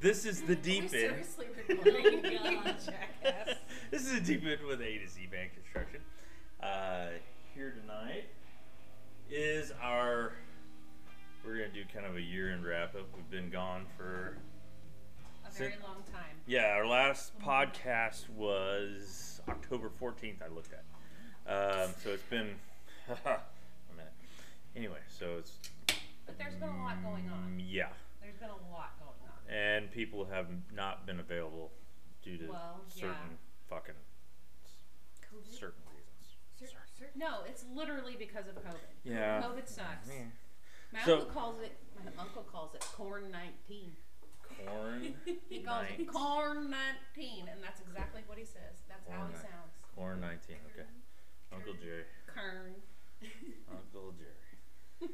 this is the deep We're end. seriously recording. Yeah. Jackass. this is a deep end with A to Z Band Construction. Uh, here tonight is our. We're gonna do kind of a year-end wrap-up. We've been gone for A Sit- very long time. yeah. Our last Mm-hmm. podcast was October fourteenth. I looked at. Um, so it's been a minute. Anyway, so it's But there's been a lot going on. yeah, There's been a lot going on. and people have not been available due to Well, yeah. certain fucking certain reasons. No, it's literally because of COVID. Yeah. COVID sucks. My So- uncle calls it. My uncle calls it corn nineteen. Corn. He calls Nine- it corn nineteen, and that's exactly what he says. That's how Corn he nine- sounds. Corn 19. Okay. Uncle Jerry. Kern. Uncle Jerry.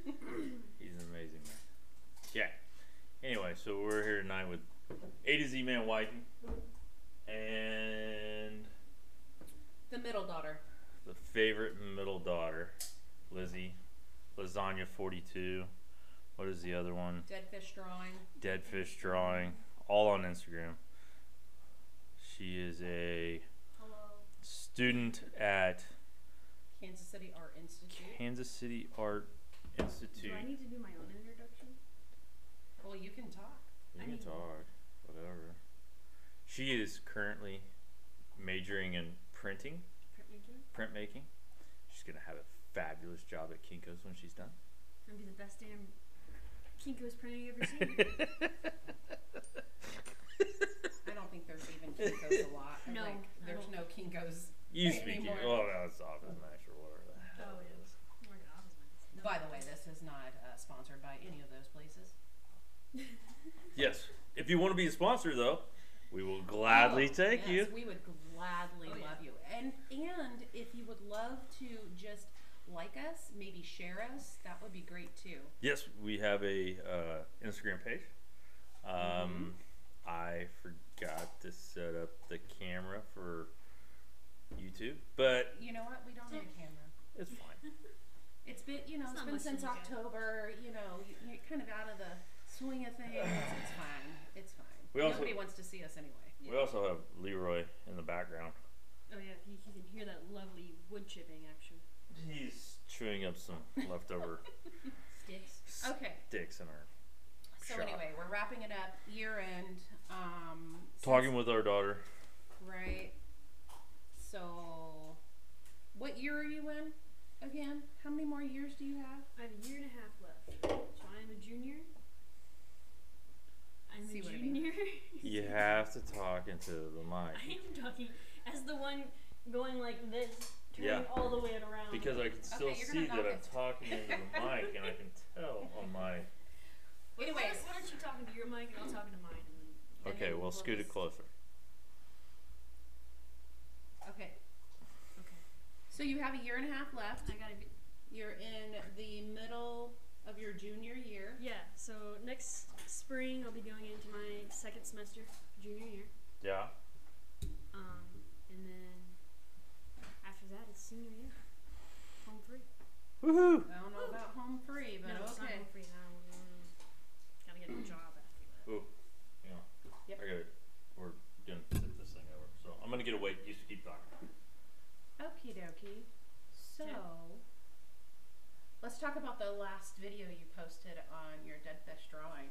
He's an amazing man. Yeah. Anyway, so we're here tonight with A to Z Man Whiten and The middle daughter. the favorite middle daughter, Lizzie. Lasagna 42. What is the other one? Dead fish drawing. Dead Fish Drawing. All on Instagram. She is a Hello. student at Kansas City Art Institute. Kansas City Art Institute. Do I need to do my own introduction? Well, you can talk. You I can mean- talk, whatever. She is currently majoring in printing, Printmaking? printmaking. She's gonna have a fabulous job at Kinko's when she's done. It's gonna be the best damn Kinko's printing I've ever seen. I don't think there's even Kinkos a lot. I No, think I there's don't- no Kinkos. Used to be Anymore. Kinko. Oh, now it's Office Max or whatever. the hell Oh, it is. We're gonna office mine. By the way, this is not uh, sponsored by any of those places. Yes. If you want to be a sponsor, though, we will gladly Oh, take yes, you. We would gladly Oh, yeah. love you. And and if you would love to just like us, maybe share us, that would be great too. Yes, we have a uh, Instagram page. Um, Mm-hmm. I forgot to set up the camera for YouTube, but You know what? We don't need a camera. it's fine. It's been you know It's it's not been much to since look at. October. You know you, you're kind of out of the swing of things. It's fine. It's fine. We also- Nobody wants to see us anyway. We also have Leroy in the background. Oh yeah, you, you can hear that lovely wood chipping action. He's chewing up some leftover Sticks. Okay. sticks in our So shop. anyway, we're wrapping it up. Year end. Um, since- Talking with our daughter, right. So, what year are you in? Again, how many more years do you have? I have a year and a half left, so I am a junior. I'm See a what I mean. junior. you have to talk into the mic I am talking as the one going like this, turning Yeah. all the way around. because I can still Okay, you're see gonna that knock I'm it. talking into the mic, and I can tell on my. Wait, why, Anyways. don't- why don't you talk into your mic and I'll talk into mine? And then, Okay, and well, then scoot it just- closer. Okay. Okay, So you have a year and a half left. I gotta be. You're in the middle of your junior year. Yeah, so next spring I'll be going into my second semester, junior year. Yeah. Um, and then after that it's senior year. Home free. Woohoo! I don't know about home free, but no, it's not okay. home free now. Mm, gotta get a job after that. Oh, yeah. Yep. I got it. We're gonna flip this thing over, so I'm gonna get away. You should keep talking. Okie dokie. So, let's talk about the last video you posted on your dead fish drawing.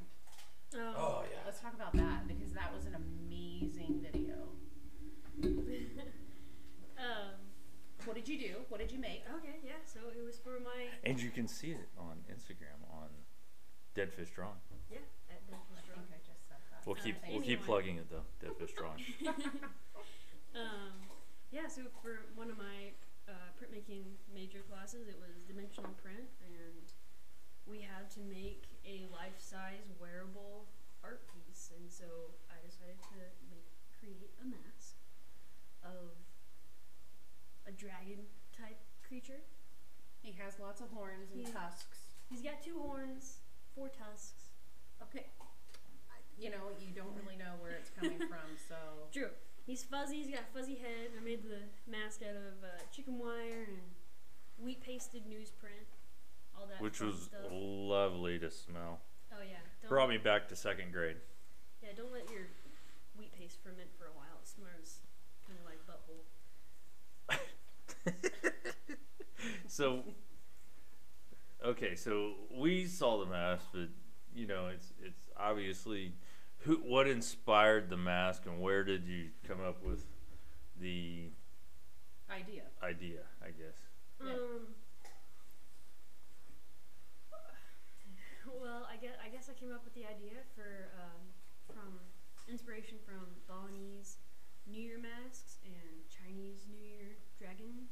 Oh. yeah. Let's talk about that because that was an amazing video. um, What did you do? What did you make? okay, yeah, so it was for my. And you can see it on Instagram on Deadfish Drawing. Yeah, at Devil's I Draw. think I just said that. We'll keep Uh, we'll keep anyway. plugging it though. Deadfish Drawing. um, yeah, so for one of my uh, printmaking major classes, it was dimensional print, and we had to make a life size wearable art piece. And so I decided to make, create a mask of a dragon type creature. He has lots of horns and Yeah. tusks. He's got two horns, four tusks. Okay. I- You know, you don't really know where it's coming from, so True. He's fuzzy. He's got a fuzzy head. I made the mask out of uh, chicken wire and wheat pasted newsprint. All that Which fun was stuff. lovely to smell. oh yeah. Don't, Brought me back to second grade. yeah. Yeah, don't let your wheat paste ferment for a while. It smells kind of like butthole. so okay so we saw the mask but you know it's it's obviously who what inspired the mask and where did you come up with the idea. idea i guess Yeah. Um. Well, I guess I guess I came up with the idea for um, from inspiration from Balinese New Year masks and Chinese New Year dragon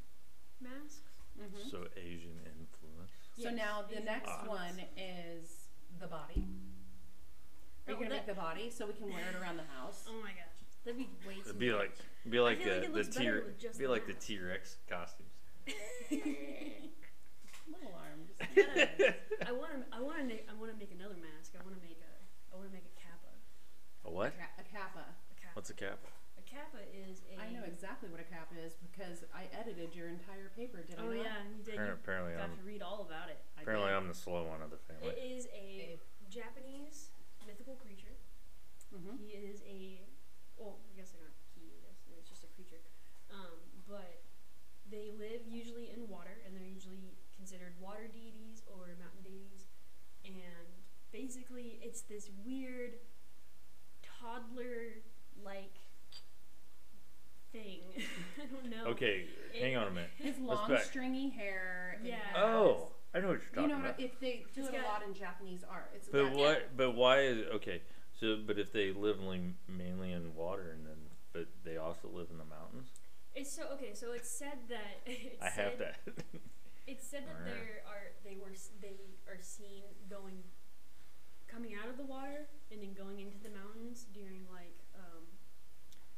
masks. Mm-hmm. so asian influence So now the Asian next Ah. one is the body. Are you Oh, gonna that- make the body so we can wear it around the house? Oh my gosh, that'd be way too. it'd be like be like, feel like uh, it the looks t better with just be the like the mask. t-rex costumes I'm a little alarmed. I want to. I want to. I want to make another mask. I want to make a. I want to make a kappa. a what Ca- a kappa. A kappa. what's a cap a kappa? Is a. I know exactly what a kappa is because I edited your entire paper, did Oh I not? yeah, you did. You apparently i'm got to read all about it. I apparently did. i'm the slow one of the It family is a Japanese mythical creature. Mhm. He is a, well, I guess I don't know if he is, it's just a creature. Um, but they live usually in water, and they're usually considered water deities or mountain deities. And basically, it's this weird toddler like thing. I don't know. okay It- hang on a minute His long back. stringy hair. and Yeah. has- oh i know what you're talking You know about what? If they do It's it a got- lot in Japanese art, it's But that- why? But why is okay? So, but if they live li- mainly in water, and then but they also live in the mountains, It's so, okay, so it's said that. It's I have said- that. It's said that Alright. there are they were s- they are seen going, coming out of the water and then going into the mountains during like um,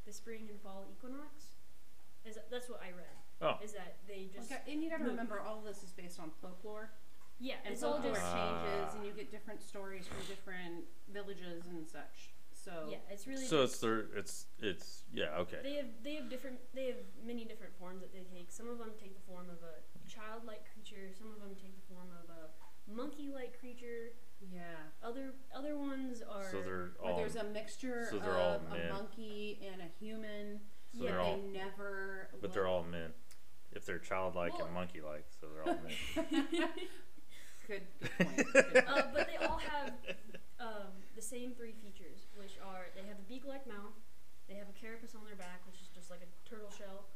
the spring and fall equinox. Is that, that's what I read. oh, Is that they just Okay, uh, and you gotta Look. remember, all this is based on folklore, yeah? and It's all folklore just changes, Ah. and you get different stories from different villages and such. So yeah. It's really so it's their it's it's yeah okay. they have they have different they have many different forms that they take. Some of them take the form of a childlike creature. Some of them take the form of a monkey-like creature. yeah. Other other ones are So they're Where all there's a mixture so of they're all a men. monkey and a human, so yeah, they're but all they never. but they're all men. If they're childlike Well- and monkey-like, so they're all men. Good, good point. Good uh, but they all have um, the same three features, which are they have a beak-like mouth, they have a carapace on their back, which is just like a turtle shell,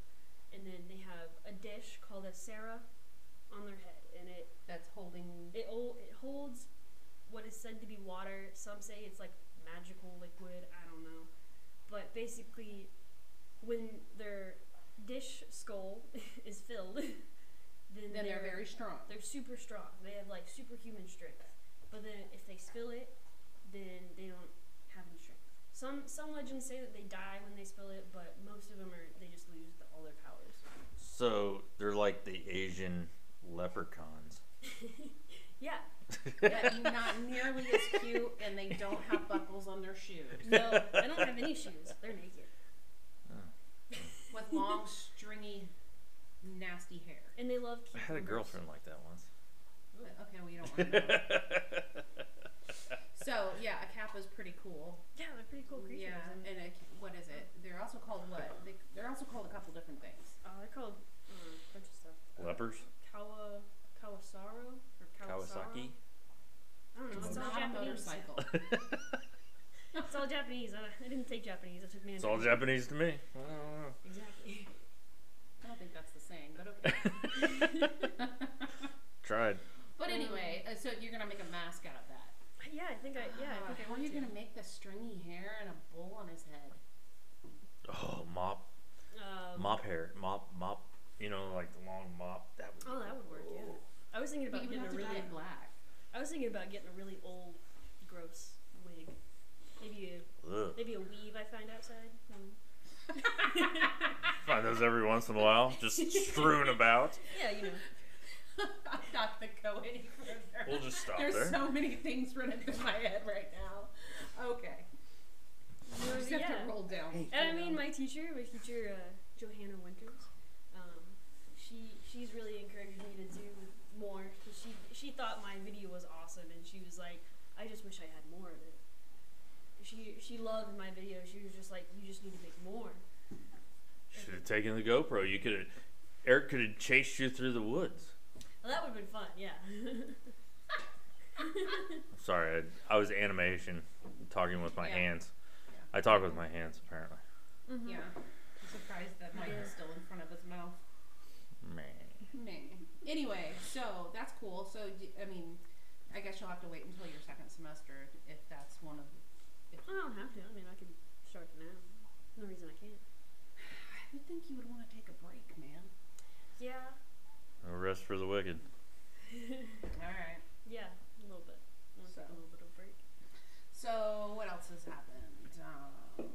and then they have a dish called a sara on their head, and it That's holding. it, ol- it holds what is said to be water. Some say it's like magical liquid. I don't know, but basically, when their dish skull is filled, then, Then they're their- very strong. they're super strong. They have like superhuman strength. But then if they spill it, then they don't have any strength. Some some legends say that they die when they spill it, but most of them are they just lose the, all their powers. so they're like the Asian leprechauns. Yeah. Yeah, not nearly as cute, and they don't have buckles on their shoes. No, they don't have any shoes. They're naked. With long, stringy, nasty hair. And they love I cucumbers. had a girlfriend like that once. But, okay, we don't want to know. So, yeah, a kappa's pretty cool. Yeah, they're pretty cool creatures. Yeah, and- and a, what is it? They're also called what? They, they're also called a couple different things. oh, they're called uh, a bunch of stuff. Uh, Lepers, Kawa Kawasaro or Kawasara? Kawasaki. I don't know. It's, It's all not a Japanese. motorcycle. It's all Japanese. I, I didn't take Japanese. I took Mandarin. it's all Japanese to me. I don't know. Exactly. I don't think that's the saying, but okay. Tried. but anyway, uh, so you're gonna make a mask out of that. Yeah, I think I yeah, I Ah, think I how are want you to. gonna make the stringy hair and a bowl on his head? Oh, mop Um, mop hair, mop, mop. You know, like the long mop. That would. Oh, that would work, yeah. I was thinking But about you would getting a have to really dye it black. I was thinking about getting a really old, gross wig. Maybe a Ugh. maybe a weave I find outside. Mm-hmm. Um, Find those every once in a while, just strewn about. yeah, you know. I'm not gonna go any further. We'll just stop There's there. so many things running through my head right now. Okay, Or- I just yeah. have to roll down. And I mean, my teacher, my teacher uh, Johanna Winters, um, she she's really encouraged me to do more. 'cause she she thought my video was awesome, and she was like, I just wish I had more of it. she she loved my video. She was just like, you just need to make more. Should have taken the GoPro. You could have. Eric could have chased you through the woods. Well, that would have been fun. Yeah. Sorry, I, I was animation, talking with my Yeah. hands. Yeah. I talk with my hands apparently. Yeah. Mm-hmm. I'm surprised that mine is still in front of his mouth. Meh. Nay. Anyway, so that's cool. So y- I mean, I guess you'll have to wait until your second semester if that's one of. I don't have to. I mean, I could start now. No reason I can't. I would think you would want to take a break, man. Yeah. No rest for the wicked. All right. yeah, a little bit. I'll take So. a little bit of break. So what else has happened? Um,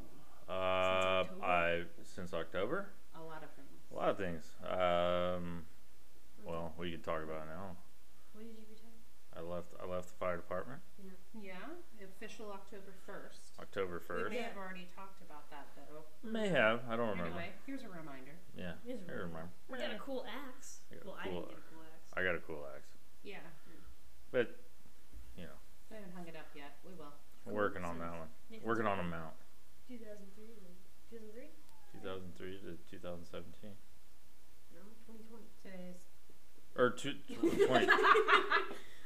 Uh, October? I since October, a lot of things. a lot of things. Um, well, we could talk about it now. When did you retire? I left. I left the fire department Yeah, official October first. October We first. may have already talked about that though. Mm. May have. I don't remember. Anyway, here's a reminder. Yeah, It is I really- remember. You got a cool axe. I got a well, I cool didn't get a cool axe. I got a cool axe, Yeah, but you know, I haven't hung it up yet. We will. we're working on that one. Yeah. Working on a mount. 2003. 2003? 2003 to 2017, No, 2020. Today's or two, tw- 20.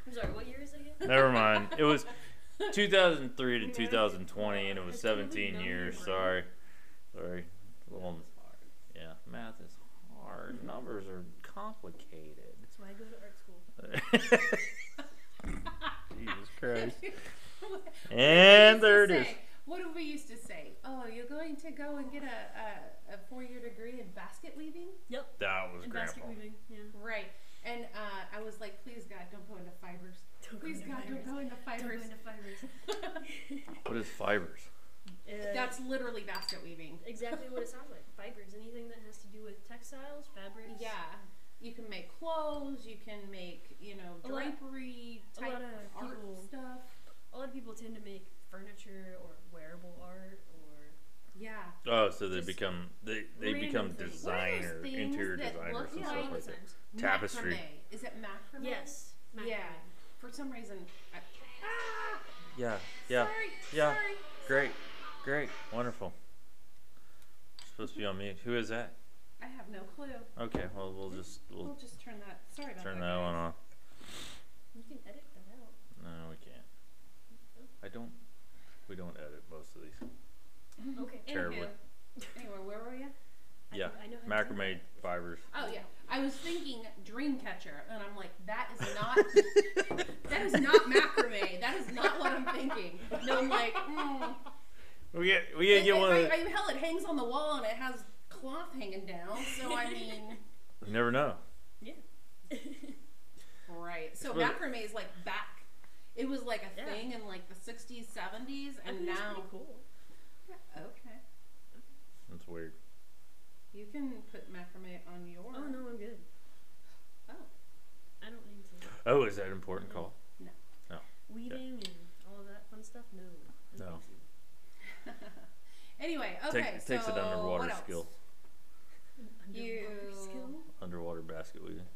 I'm sorry, what year is it again? Never mind. It was 2003 to Right. 2020, and it was It's totally 17 numb years. your Sorry, brain. sorry. Well, was hard. yeah, math is hard. Numbers are complicated. That's why I go to art school. Jesus Christ. And there it is. What did we used to say? Oh, you're going to go and get a, a, a four year degree in basket weaving? Yep. That was And grandpa. basket weaving. Yeah. Right. And uh, I was like, please God, don't go into fibers. Don't go Please into God, fibers. don't go into Don't fibers. go into fibers. What is fibers? Uh, That's literally basket weaving. exactly what it sounds like. Fibers. Anything that has to do with textiles, fabrics. Yeah. You can make clothes, you can make, you know, A lot- drapery a type lot of art people- stuff. A lot of people tend to make furniture or wearable art or. Yeah. Oh, so they Just become they they random become things. What are those designer, things interior that designers, look and like- stuff like that. designs. Tapestry. Macrame. Is it macrame? Yes. Yeah. macrame. For some reason. I, ah! Yeah, yeah, Sorry. yeah. Sorry. Great, great, wonderful. Supposed to be on me. Who is that? I have no clue. Okay, well we'll just we'll We'll just turn that. Sorry about Turn that. that one off. You can edit that out. No, we can't. I don't. We don't edit most of these. Okay. Anywho, Terribly. Anyway, where were you? I Yeah, think I know how to do macrame that. fibers. Oh yeah, I was thinking Dreamcatcher, and I'm like, that is not. that is not macrame. That is not what I'm thinking. No, I'm like, mm. We get we gotta get It- one. I, Of the, I- hell, it hangs on the wall and it has cloth hanging down. So I mean, you never know. right. So really- macrame is like back. It was like a Yeah. thing in like the 60s, 70s, I and think it's now. pretty cool. Okay, That's weird. you can put macrame on your. Oh no, I'm good. Oh. I don't need to. Oh, is that an important Mhm. call? Weaving and all of that fun stuff? No. No. anyway, Take- okay. takes so an underwater what else? skill. You. You- skill? Underwater basket weaving.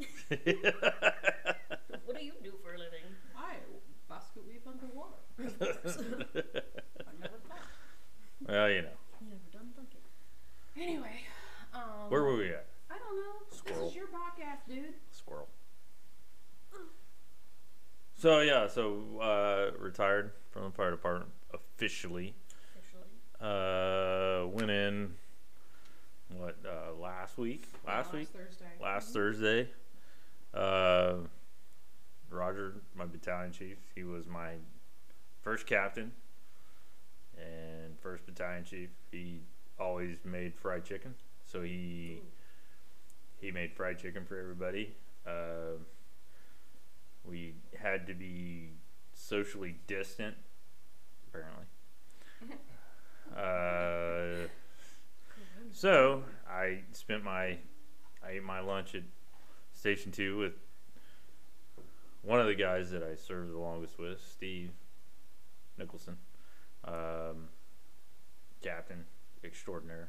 What do you do for a living? I basket weave underwater. I never thought. well, you know. You never done Duncan. Anyway, um, Where were we at? I don't know. This Squirrel. is your podcast, dude. Squirrel. So yeah, so uh, retired from the fire department officially. Officially. uh, went in what uh, last week last week Oh, Thursday. last thursday uh, roger my battalion chief he was my first captain and first battalion chief he always made fried chicken so he he made fried chicken for everybody uh, we had to be socially distant apparently uh, so I spent my I ate my lunch at Station Two with one of the guys that I served the longest with, Steve Nicholson, um, Captain Extraordinaire,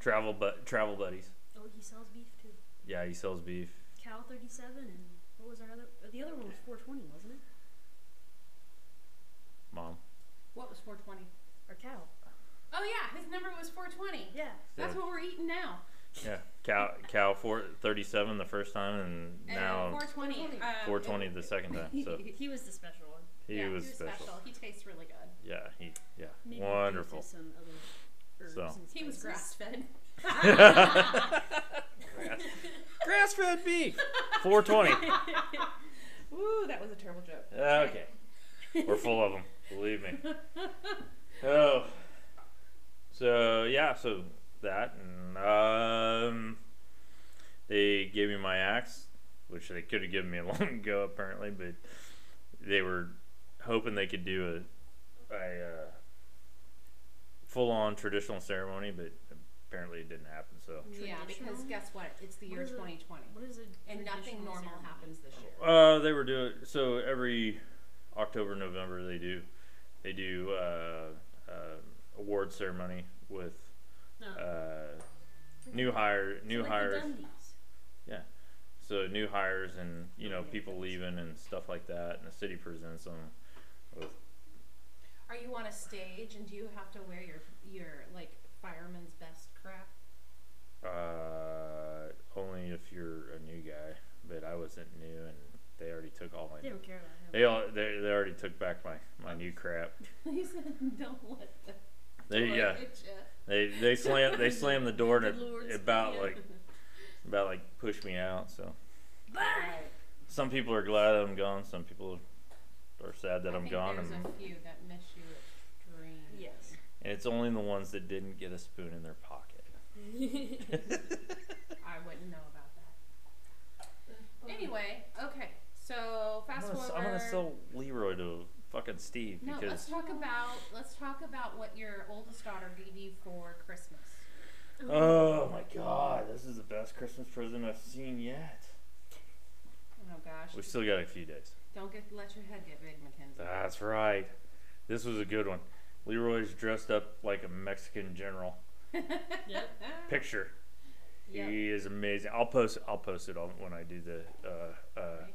travel but travel buddies. Oh, he sells beef too. Yeah, he sells beef. Cow 37 and what was our other? The other one was 420, wasn't it? Mom, What was 420? Our cow. Oh yeah, his number was 420. Yeah. That's what we're eating now. Yeah, cow cow four thirty seven the first time and And now 420. um, four twenty the second time. So He was the special one. he yeah, was he special. He tastes really good. Yeah, he yeah Maybe wonderful. Some other herbs So. and He was grass spices. fed. Grass fed beef. Four twenty. Ooh, that was a terrible joke. Uh, Okay, we're full of them. Believe me. Oh, so yeah, so that and um, they gave me my axe, which they could have given me long ago apparently, but they were hoping they could do a a uh, full on traditional ceremony, but apparently it didn't happen. So Yeah, because Traditional? guess what? It's the What year is it? 2020, What is a and nothing traditional normal ceremony? happens this year. Uh, they were doing so every October, November they do they do uh, uh, award ceremony with No. uh, new hire new like the hires. Dundies. So new hires and you know Yeah. people leaving and stuff like that, and the city presents them. With, Are you on a stage, and do you have to wear your your like fireman's best crap? uh, only if you're a new guy, but I wasn't new, and they already took all my. They don't care about him. They all they, they already took back my my new crap. He said, "Don't let the They toy yeah get ya." they they slam they slammed the door and The Lord's it about hand. like about like push me out. So Bye. some people are glad I'm gone. Some people are sad that I I'm think gone, There's and, a few that miss you extreme. Yes. and it's only the ones that didn't get a spoon in their pocket. I wouldn't know about that. Anyway, okay. So I'm fast gonna, s- forward. I'm gonna sell Leroy to fucking Steve No, let's because talk about let's talk about what your oldest daughter gave you for Christmas. oh my god, this is the best Christmas present I've seen yet. Oh gosh, We still got a few days. don't get let your head get big, Mackenzie. That's right. This was a good one. Leroy's dressed up like a Mexican general. Yep. Picture. Yep. He is amazing. I'll post. I'll post it on when I do the uh, uh, Right.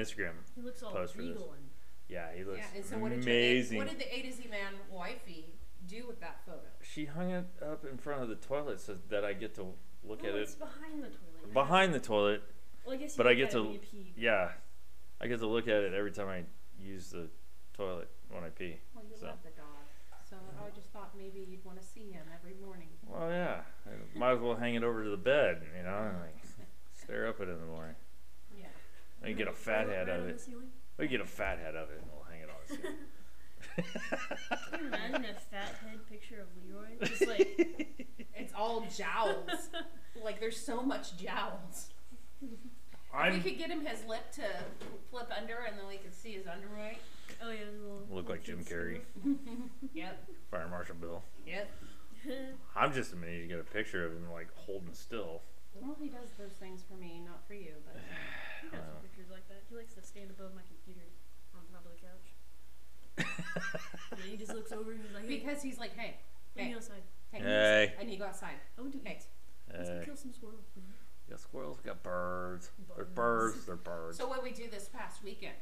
Instagram He looks all Pose for this. regal and Yeah, he looks Yeah, and so what did your A- amazing. what did the A to Z man wifey do with that photo? she hung it up in front of the toilet so that I get to look Oh, no, at Oh, it's it behind the toilet. behind the toilet. Well, I guess you but I look get at to- it when you pee. Yeah, I get to look at it every time I use the toilet when I pee. Well, you So. love the dog, so I just thought maybe you'd want to see him every morning. Well, yeah, I might as well hang it over to the bed, you know, and like stare up at it in the morning. Yeah. I can get a Right- fat right head on of the it. ceiling. We can get a fat head of it, and we'll hang it on the ceiling. Can you imagine a fat head picture of Leroy? Just like It's all jowls. like there's so much jowls. I'm we could get him his lip to flip under, and then we could see his underway. oh yeah, the little Look like Jim Carrey. Yep. Fire Marshal Bill. Yep. I'm just amazed you get a picture of him like holding still. Well, he does those things for me, not for you, but He got Oh. some pictures like that. He likes to stand above my computer on top of the couch. Uh, and he just looks over and he's like, hey, because he's like, hey, let me hey, outside. hey, Hey. I need to go outside. I want to Hey. eat. Let's go Hey, kill some squirrels. man." you got squirrels, you got birds. They're birds. They're birds. So what we do this past weekend?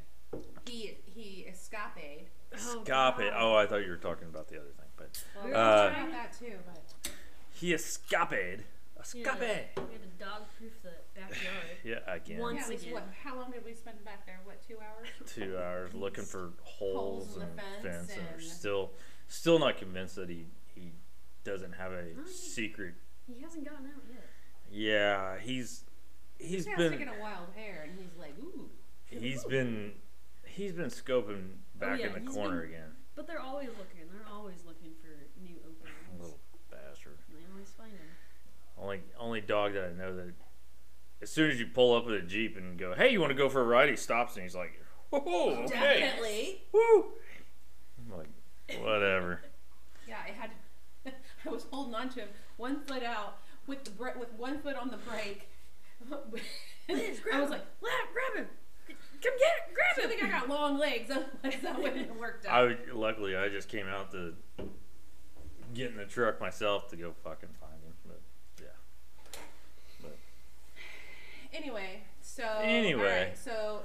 He he escaped. Oh, Stop it. God. Oh, I thought you were talking about the other thing, but We were Uh, talking about that too, but he escaped. Escape. Yeah, we had to dog proof the backyard. Yeah, again. One- yeah, Once it was again. what? How long did we spend back there? What two hours? Two hours looking for holes, Holes in and the fence fence, and we're and- still, still not convinced that he he doesn't have a Right. secret. He hasn't gotten out yet. Yeah, he's he's He has to been get a wild hair, and he's like, ooh. he's been he's been scoping back yeah, in the he's corner been- again. But they're always looking. They're always looking for new openings. Little bastard. And they always find them. Only only dog that I know that as soon as you pull up with a jeep and go, hey, you want to go for a ride? He stops and he's like, oh, okay. Definitely. Woo! I'm like, whatever. Yeah, I had. I was holding on to him, one foot out, with the bra- with one foot on the brake. I was like, Lad, grab him! Come get it! Grab I think I got long legs. Otherwise, that wouldn't have worked I out. would, luckily I just came out to get in the truck myself to go fucking find him. But yeah, Anyway, so Anyway. alright, so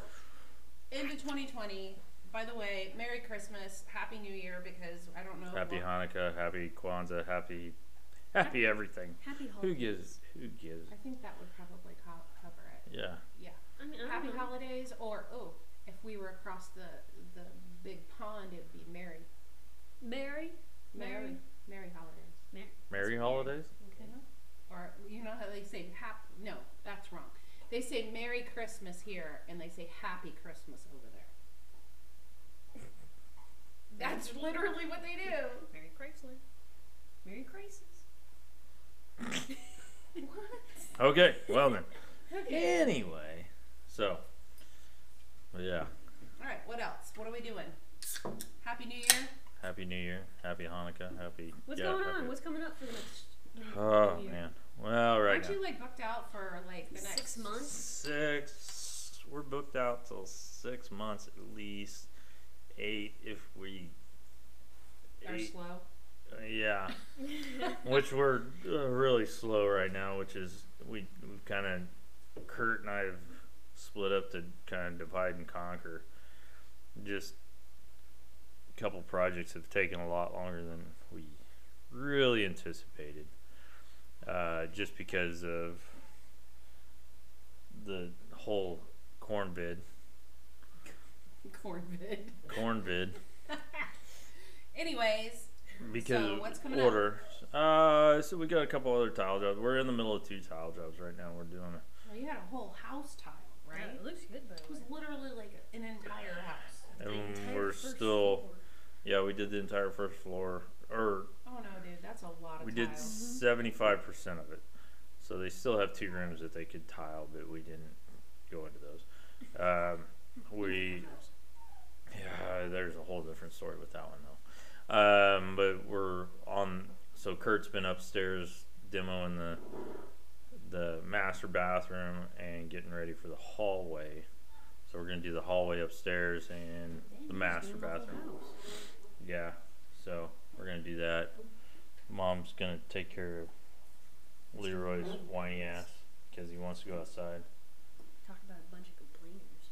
into 2020, by the way, Merry Christmas, Happy New Year, because I don't know. Happy what- Hanukkah, happy Kwanzaa, happy, happy everything. Happy Who holidays. gives? Who gives? I think that would probably co- cover it. Yeah. Yeah. I mean, I Happy don't know. holidays, or oh, if we were across the the big pond, it'd be merry, Merry, merry, Merry. merry holidays. Merry holidays. Okay. Or you know how they say hap? No, that's wrong. They say Merry Christmas here, and they say Happy Christmas over there. That's literally what they do. Merry Chrysler. Merry Crisis. What? Okay. Well then. Okay. Anyway. So. Yeah. All right. What else? What are we doing? Happy New Year. Happy New Year. Happy Hanukkah. Happy. What's yeah, going happy- on? What's coming up for the next? Oh year? man. Well, right Aren't now. you like booked out for like the next Six months. Six. We're booked out till six months at least. Eight if we. Or Eight, slow. uh, yeah. which we're uh, really slow right now. Which is we we've kind of Kurt and I have split up to kind of divide and conquer. Just a couple projects have taken a lot longer than we really anticipated. Uh, just because of the whole corn bid, Corn vid. corn bid. Anyways, because So, of what's coming up? order. Uh, so we got a couple other tile jobs. We're in the middle of two tile jobs right now. We're doing a, well, you had a whole house tile, right? Yeah, it looks good by It the was way. literally like an entire house. The and entire we're first still floor. yeah. We did the entire first floor, or Oh no, dude, that's a lot of we tile. did seventy five percent of it. So they still have two rooms that they could tile, but we didn't go into those. Um, we yeah, there's a whole different story with that one though. Um, but we're on. So Kurt's been upstairs demoing the the master bathroom and getting ready for the hallway. So we're gonna do the hallway upstairs and Dang, the you just master did the whole bathroom. house. Yeah. So we're gonna do that. Mom's gonna take care of Leroy's whiny ass because he wants to go outside. Talk about a bunch of complainers.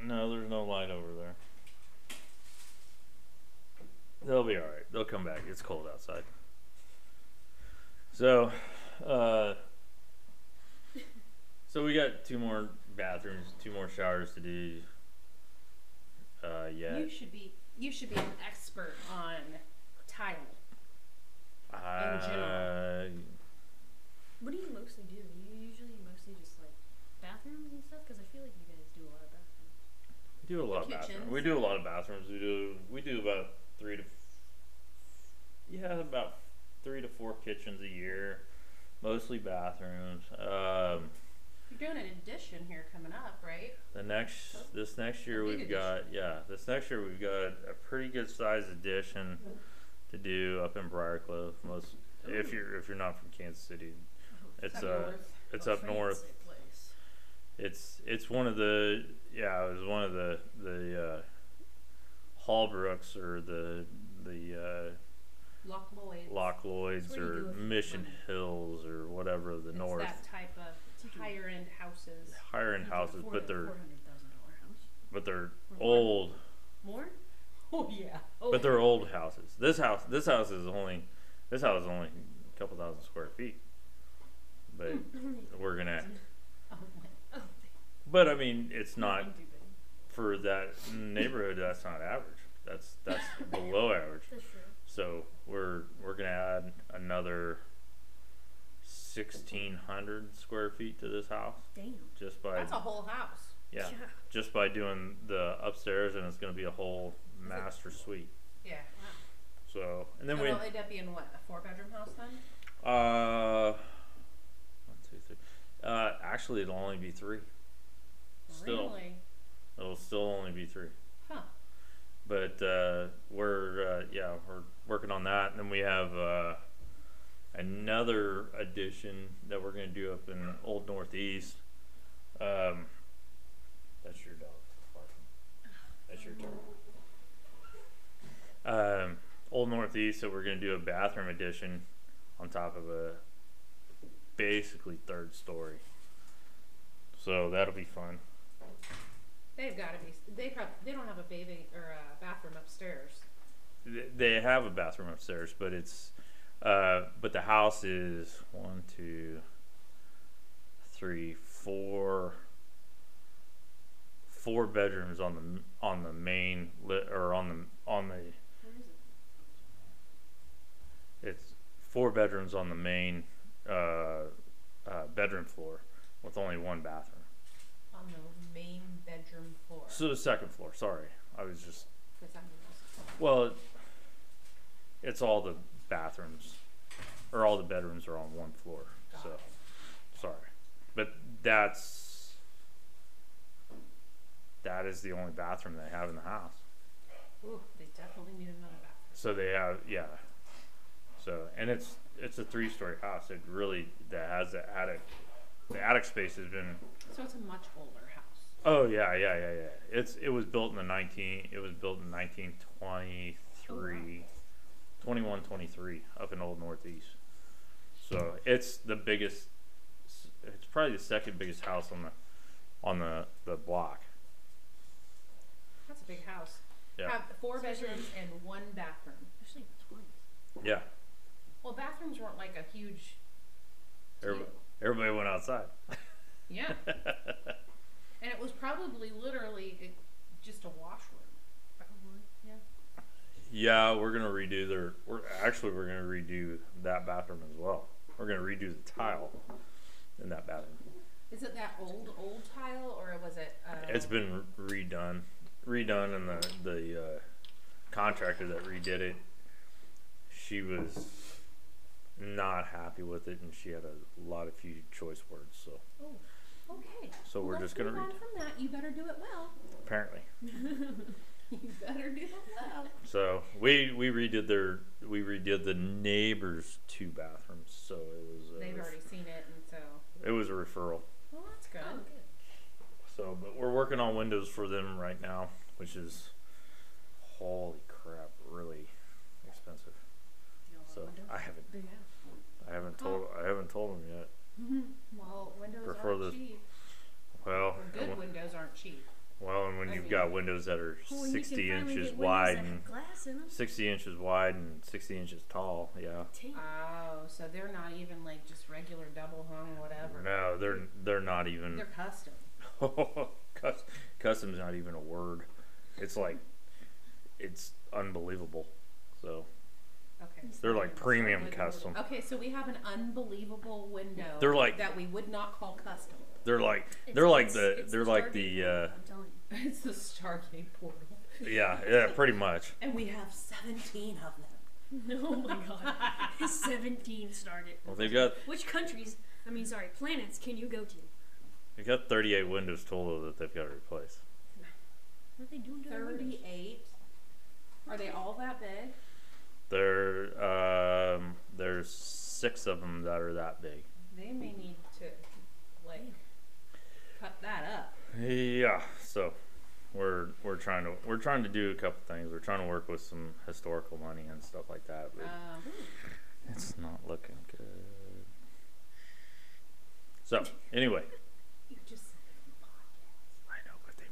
No, there's no light over there. They'll be all right. They'll come back. It's cold outside. So, uh, so we got two more bathrooms, two more showers to do. Uh, yeah. You should be you should be an expert on tile. Uh, What do you mostly do? You usually mostly just like bathrooms and stuff because I feel like you guys do a lot of bathrooms. we do a lot of bathrooms. Kitchens. We do a lot of bathrooms. We do we do about three to yeah about three to four kitchens a year, mostly bathrooms. Um, You're doing an addition here coming up, right? The next, this next year A we've big got, yeah, this next year we've got a pretty good sized addition to do up in Briarcliff. Most, if you're if you're not from Kansas City, it's Oh. Up uh, north. it's Oh, A up north. fancy place. It's it's one of the yeah, it was one of the the uh, Hallbrooks or the the Loch Lloyd. uh, Loch Lloyds That's what you do or with Mission money. Hills or whatever of the It's north that type of higher end houses. higher end houses, but they're four hundred thousand dollar house. but they're Or more. old. More? Oh yeah. Oh, But they're old houses. This house, this house is only, this house is only a couple thousand square feet. But we're gonna, Oh, my- oh, but I mean, it's they- not they do big. for that neighborhood. That's not average. That's that's below average. That's true. So we're we're gonna add another sixteen hundred square feet to this house Damn. just by that's a whole house. yeah just by doing the upstairs, and it's gonna be a whole master suite. Yeah. So and Wow. then So we they'll end up being what a four bedroom house then? Uh, one, two, three. Uh, actually, it'll only be three. Still, Really? it'll still only be three. Huh. But uh, we're uh, yeah, we're working on that, and then we have uh, another addition that we're gonna do up in Old Northeast. Um, that's your dog. barking. That's your turn. Um, Old Northeast, so we're gonna do a bathroom addition on top of a basically third story. So that'll be fun. They've got to be. They probably they don't have a bathing or a bathroom upstairs. Th- They have a bathroom upstairs, but it's, uh, but the house is one, two, three, four, four bedrooms on the m- on the main li- or on the on the Where is it? it's four bedrooms on the main uh, uh, bedroom floor with only one bathroom. On the main bedroom floor. So the second floor. Sorry, I was just That's on the house. well. It, it's all the bathrooms, or all the bedrooms are on one floor. Got So it. sorry, but that's that is the only bathroom they have in the house. Ooh, they definitely need another bathroom. So they have yeah. So and it's it's a three story house. It really that has the attic. The attic space has been So it's a much older house. oh yeah yeah yeah yeah. It's it was built in the nineteen it was built in 1923, 21 23 up in Old Northeast. So it's the biggest. It's probably the second biggest house on the on the the block. That's a big house. Yeah. Have four So it's bedrooms and one bathroom. Actually, twins. Yeah, Well, bathrooms weren't like a huge. every- deal. everybody went outside. Yeah. and it was probably literally a, just a washroom. Probably. Yeah. Yeah, we're gonna redo their. We're actually we're gonna redo that bathroom as well. We're gonna redo the tile in that bathroom. Is it that old old tile or was it? Uh, It's been re- redone, redone, and the the uh, contractor that redid it, she was not happy with it, and she had a lot of few choice words. So Oh, okay. So we're Let's just gonna move on read- from that. You better do it well. apparently, You better do it well. so we we redid their we redid the neighbors' two bathrooms. So it was a They've ref- already seen it, and so it was a referral. well, that's good. Oh, good. So, but we're working on windows for them right now, which is holy crap, really expensive. You know, Oh, a So window. I haven't, Big house. I haven't told, I haven't told them yet. Mm-hmm. Well, windows Prefer aren't the- Oh, cheap. Well, Well, and good when- windows aren't cheap. well, and when I you've mean- got windows that are Well, when you can sixty finally inches get windows wide that have and glass in 'em. sixty inches wide and sixty inches tall, yeah. Damn. Oh, so they're not even like just regular double hung whatever. No, they're they're not even. They're custom. Cus- Custom's not even a word. It's like, it's unbelievable. So Okay. they're like premium Unbelievable. custom. Okay, so we have an unbelievable window. They're like- that we would not call custom. They're like It's- they're like it's- the it's they're like Stargate the portal, uh, I'm telling you. It's the Stargate portal, yeah yeah pretty much and we have seventeen of them. No, Oh Oh my God. 17 started. well they've got Which countries, I mean, sorry, planets can you go to? they've got 38 windows total that they've got to replace What are they doing to their windows? 38. Are they all that big? there um there's six of them that are that big They may need to, like, cut that up. yeah so we're we're trying to we're trying to do a couple things we're trying to work with some historical money and stuff like that but Um, it's not looking good so anyway you just. I know but they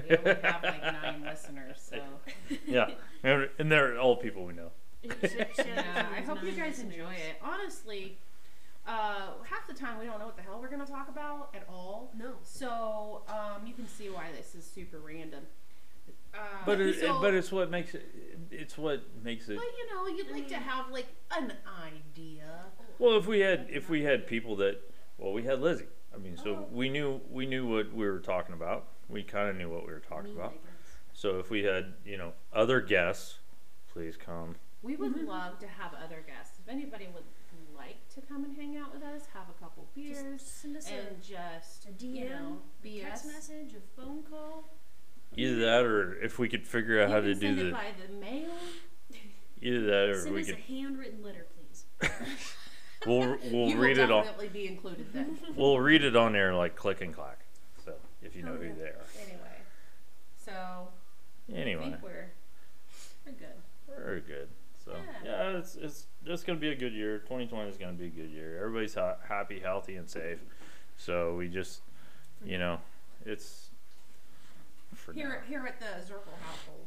might not listen Oh, yeah, we only have like nine listeners, so. yeah and- and they're all people we know Shit, shit, Yeah, I it's hope you nine guys listeners. enjoy it. Honestly, uh, half the time we don't know what the hell we're going to talk about at all. No. So um, you can see why this is super random. Uh, But it, so- it- but it's what makes it. It's what makes it. But you know, you'd like Mm. to have like an idea. Well, if we had if we had people that well we had Lizzie. I mean, so Oh. we knew we knew what we were talking about. We kind of knew what we were talking Me, I about. guess. So if we had you know other guests, please come. We would Mm-hmm. love to have other guests. If anybody would like to come and hang out with us, have a couple beers, Just send us and just a, a DM, you know, BS. text message, a phone call. Either that or if we could figure out You how can to do send it the by the mail. either that or Send we us could a handwritten letter, please. we'll we'll you read will it on definitely be included then. we'll read it on air like click and clack. So if you know Oh, who yeah. they are. anyway, so I Anyway, think we're we're good. Very good. So Yeah. yeah, it's it's it's gonna be a good year. Twenty twenty is gonna be a good year. Everybody's ha- happy, healthy, and safe. So we just, you know, It's for now. Here, here at the Zirkle household.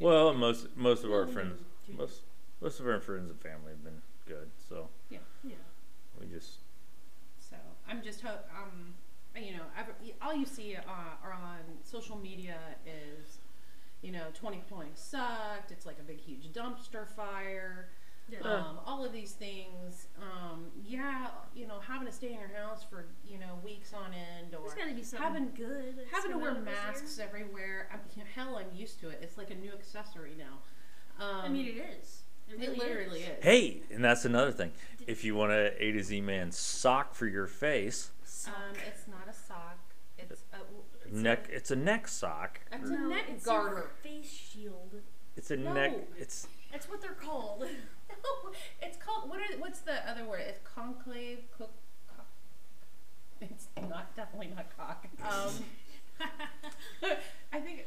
Well, most most of our Mm, friends, dude. most most of our friends and family have been good, so Yeah. we just So I'm just hope um you know ev- all you see uh, are on social media is you know 2020 sucked. It's like a big huge dumpster fire. Yeah. Um, all of these things. Um, yeah, you know having to stay in your house for you know weeks on end or There's got to be something having- good. that's having to come wear out of this year. masks everywhere. I mean, hell, I'm used to it. It's like a new accessory now. Um, I mean, it is. It, it really literally is. hey, and that's another thing. If you want a A to Z man sock for your face, is. Um, it's not a sock. It's a neck, it's a neck sock. It's no, a neck it's garter. A face shield. It's a neck. No. It's That's what they're called. No, it's called what? Are, what's the other word? It's conclave cook. cock. It's not definitely not cock. Um, I think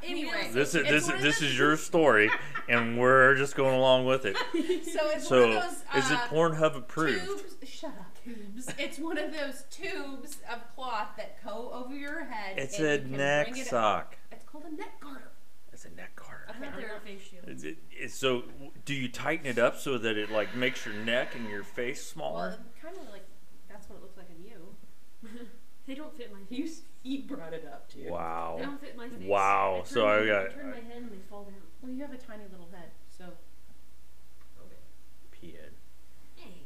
anyway. this is it's this one of is this those- is your story, and we're just going along with it. So it's So one of those. is it uh, Pornhub approved? Tubes. Shut up. Tubes. It's one of those tubes of cloth that go over your head. It's and a you can neck bring it up. sock. It's called a neck garter. It's a neck I guard. thought they were a face shield. Is it- is- So do you tighten it up so that it like makes your neck and your face Well, smaller? kind of like that's what it looks like in you. They don't fit my You face. you brought it up too. They Wow. don't fit my face. Wow, I turn so I my- got- I turn my head and they fall down. Well, you have a tiny little head, so Pee head. Hey,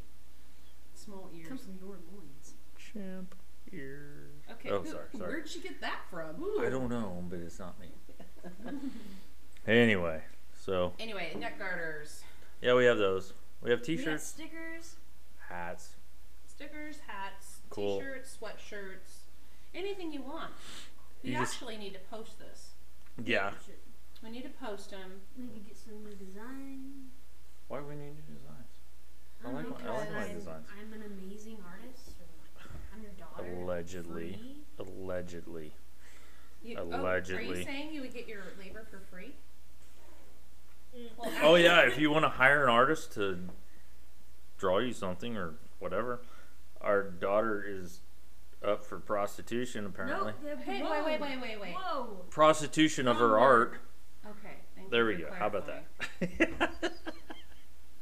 small it ears. comes from your loins. Chimp ear. Okay. Oh, who- sorry, sorry. Where'd she get that from? I don't know, but it's not me. anyway, so Anyway, neck garters, yeah, we have those. We have We got t-shirts, stickers. hats. stickers, hats, Cool. t-shirts, sweatshirts, anything you want. We You just- actually need to post this. Yeah. Shit. We need to post them We could get some new design. Why do we need new designs? I like don't my- know, I like because my I'm- designs. I'm an amazing artist. Or I'm your daughter. Allegedly. free. Allegedly. You, Oh, are Allegedly. you saying you would get your labor for free? Well, Oh yeah, if you want to hire an artist to draw you something or whatever, our daughter is up for prostitution apparently. No, the- Hey, whoa, wait, wait, wait, wait, wait. Whoa. Prostitution of her Oh. art. Okay. Thank There we you go. for How about clarifying. that?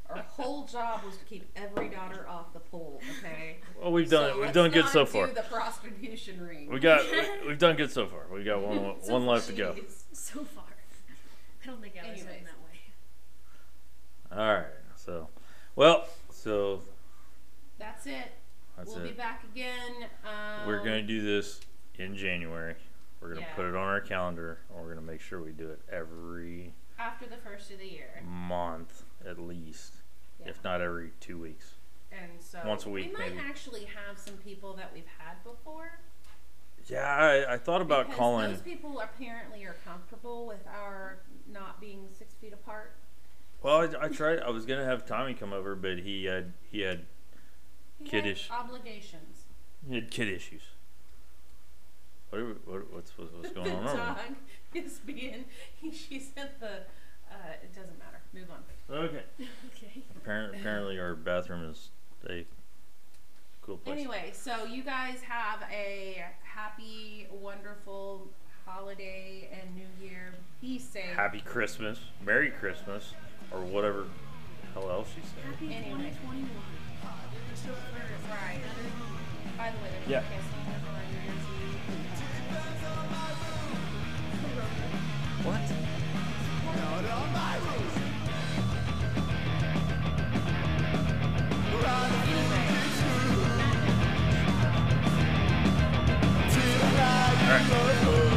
Our whole job was to keep every daughter off the pole. Okay. well, we've done So we've let's done good not so do far. The prostitution ring. We got we, we've done good so far. We got one So one left to go. jeez. So far. I don't think I was heading Anyways. that way. All right. So, well, so That's it. that's we'll be it. back again. Um, We're gonna do this in January. We're gonna Yeah. put it on our calendar, and we're gonna make sure we do it every after the first of the year, month at least, Yeah. if not every two weeks. and so once a week, We might maybe. actually have some people that we've had before. Yeah, I, I thought about because calling. Those people apparently are comfortable with our not being six feet apart. Well, I, I tried. I was gonna have Tommy come over, but he had he had He has Kiddish. obligations. he had kid issues. What, are we, what what's what's what's going on? the over dog there? is being. She said the. Uh, it doesn't matter. Move on. Okay. Okay. Apparently, apparently our bathroom is a cool place. Anyway, so you guys have a happy, wonderful holiday and New Year. Be safe. Happy Christmas, Merry Christmas, or whatever the hell else she said. Happy Anyway. 2021. Right. By the way, there's Yeah. a casting number on New Year's Eve. What? Out on my roof. Run it through. Till I All right. go home.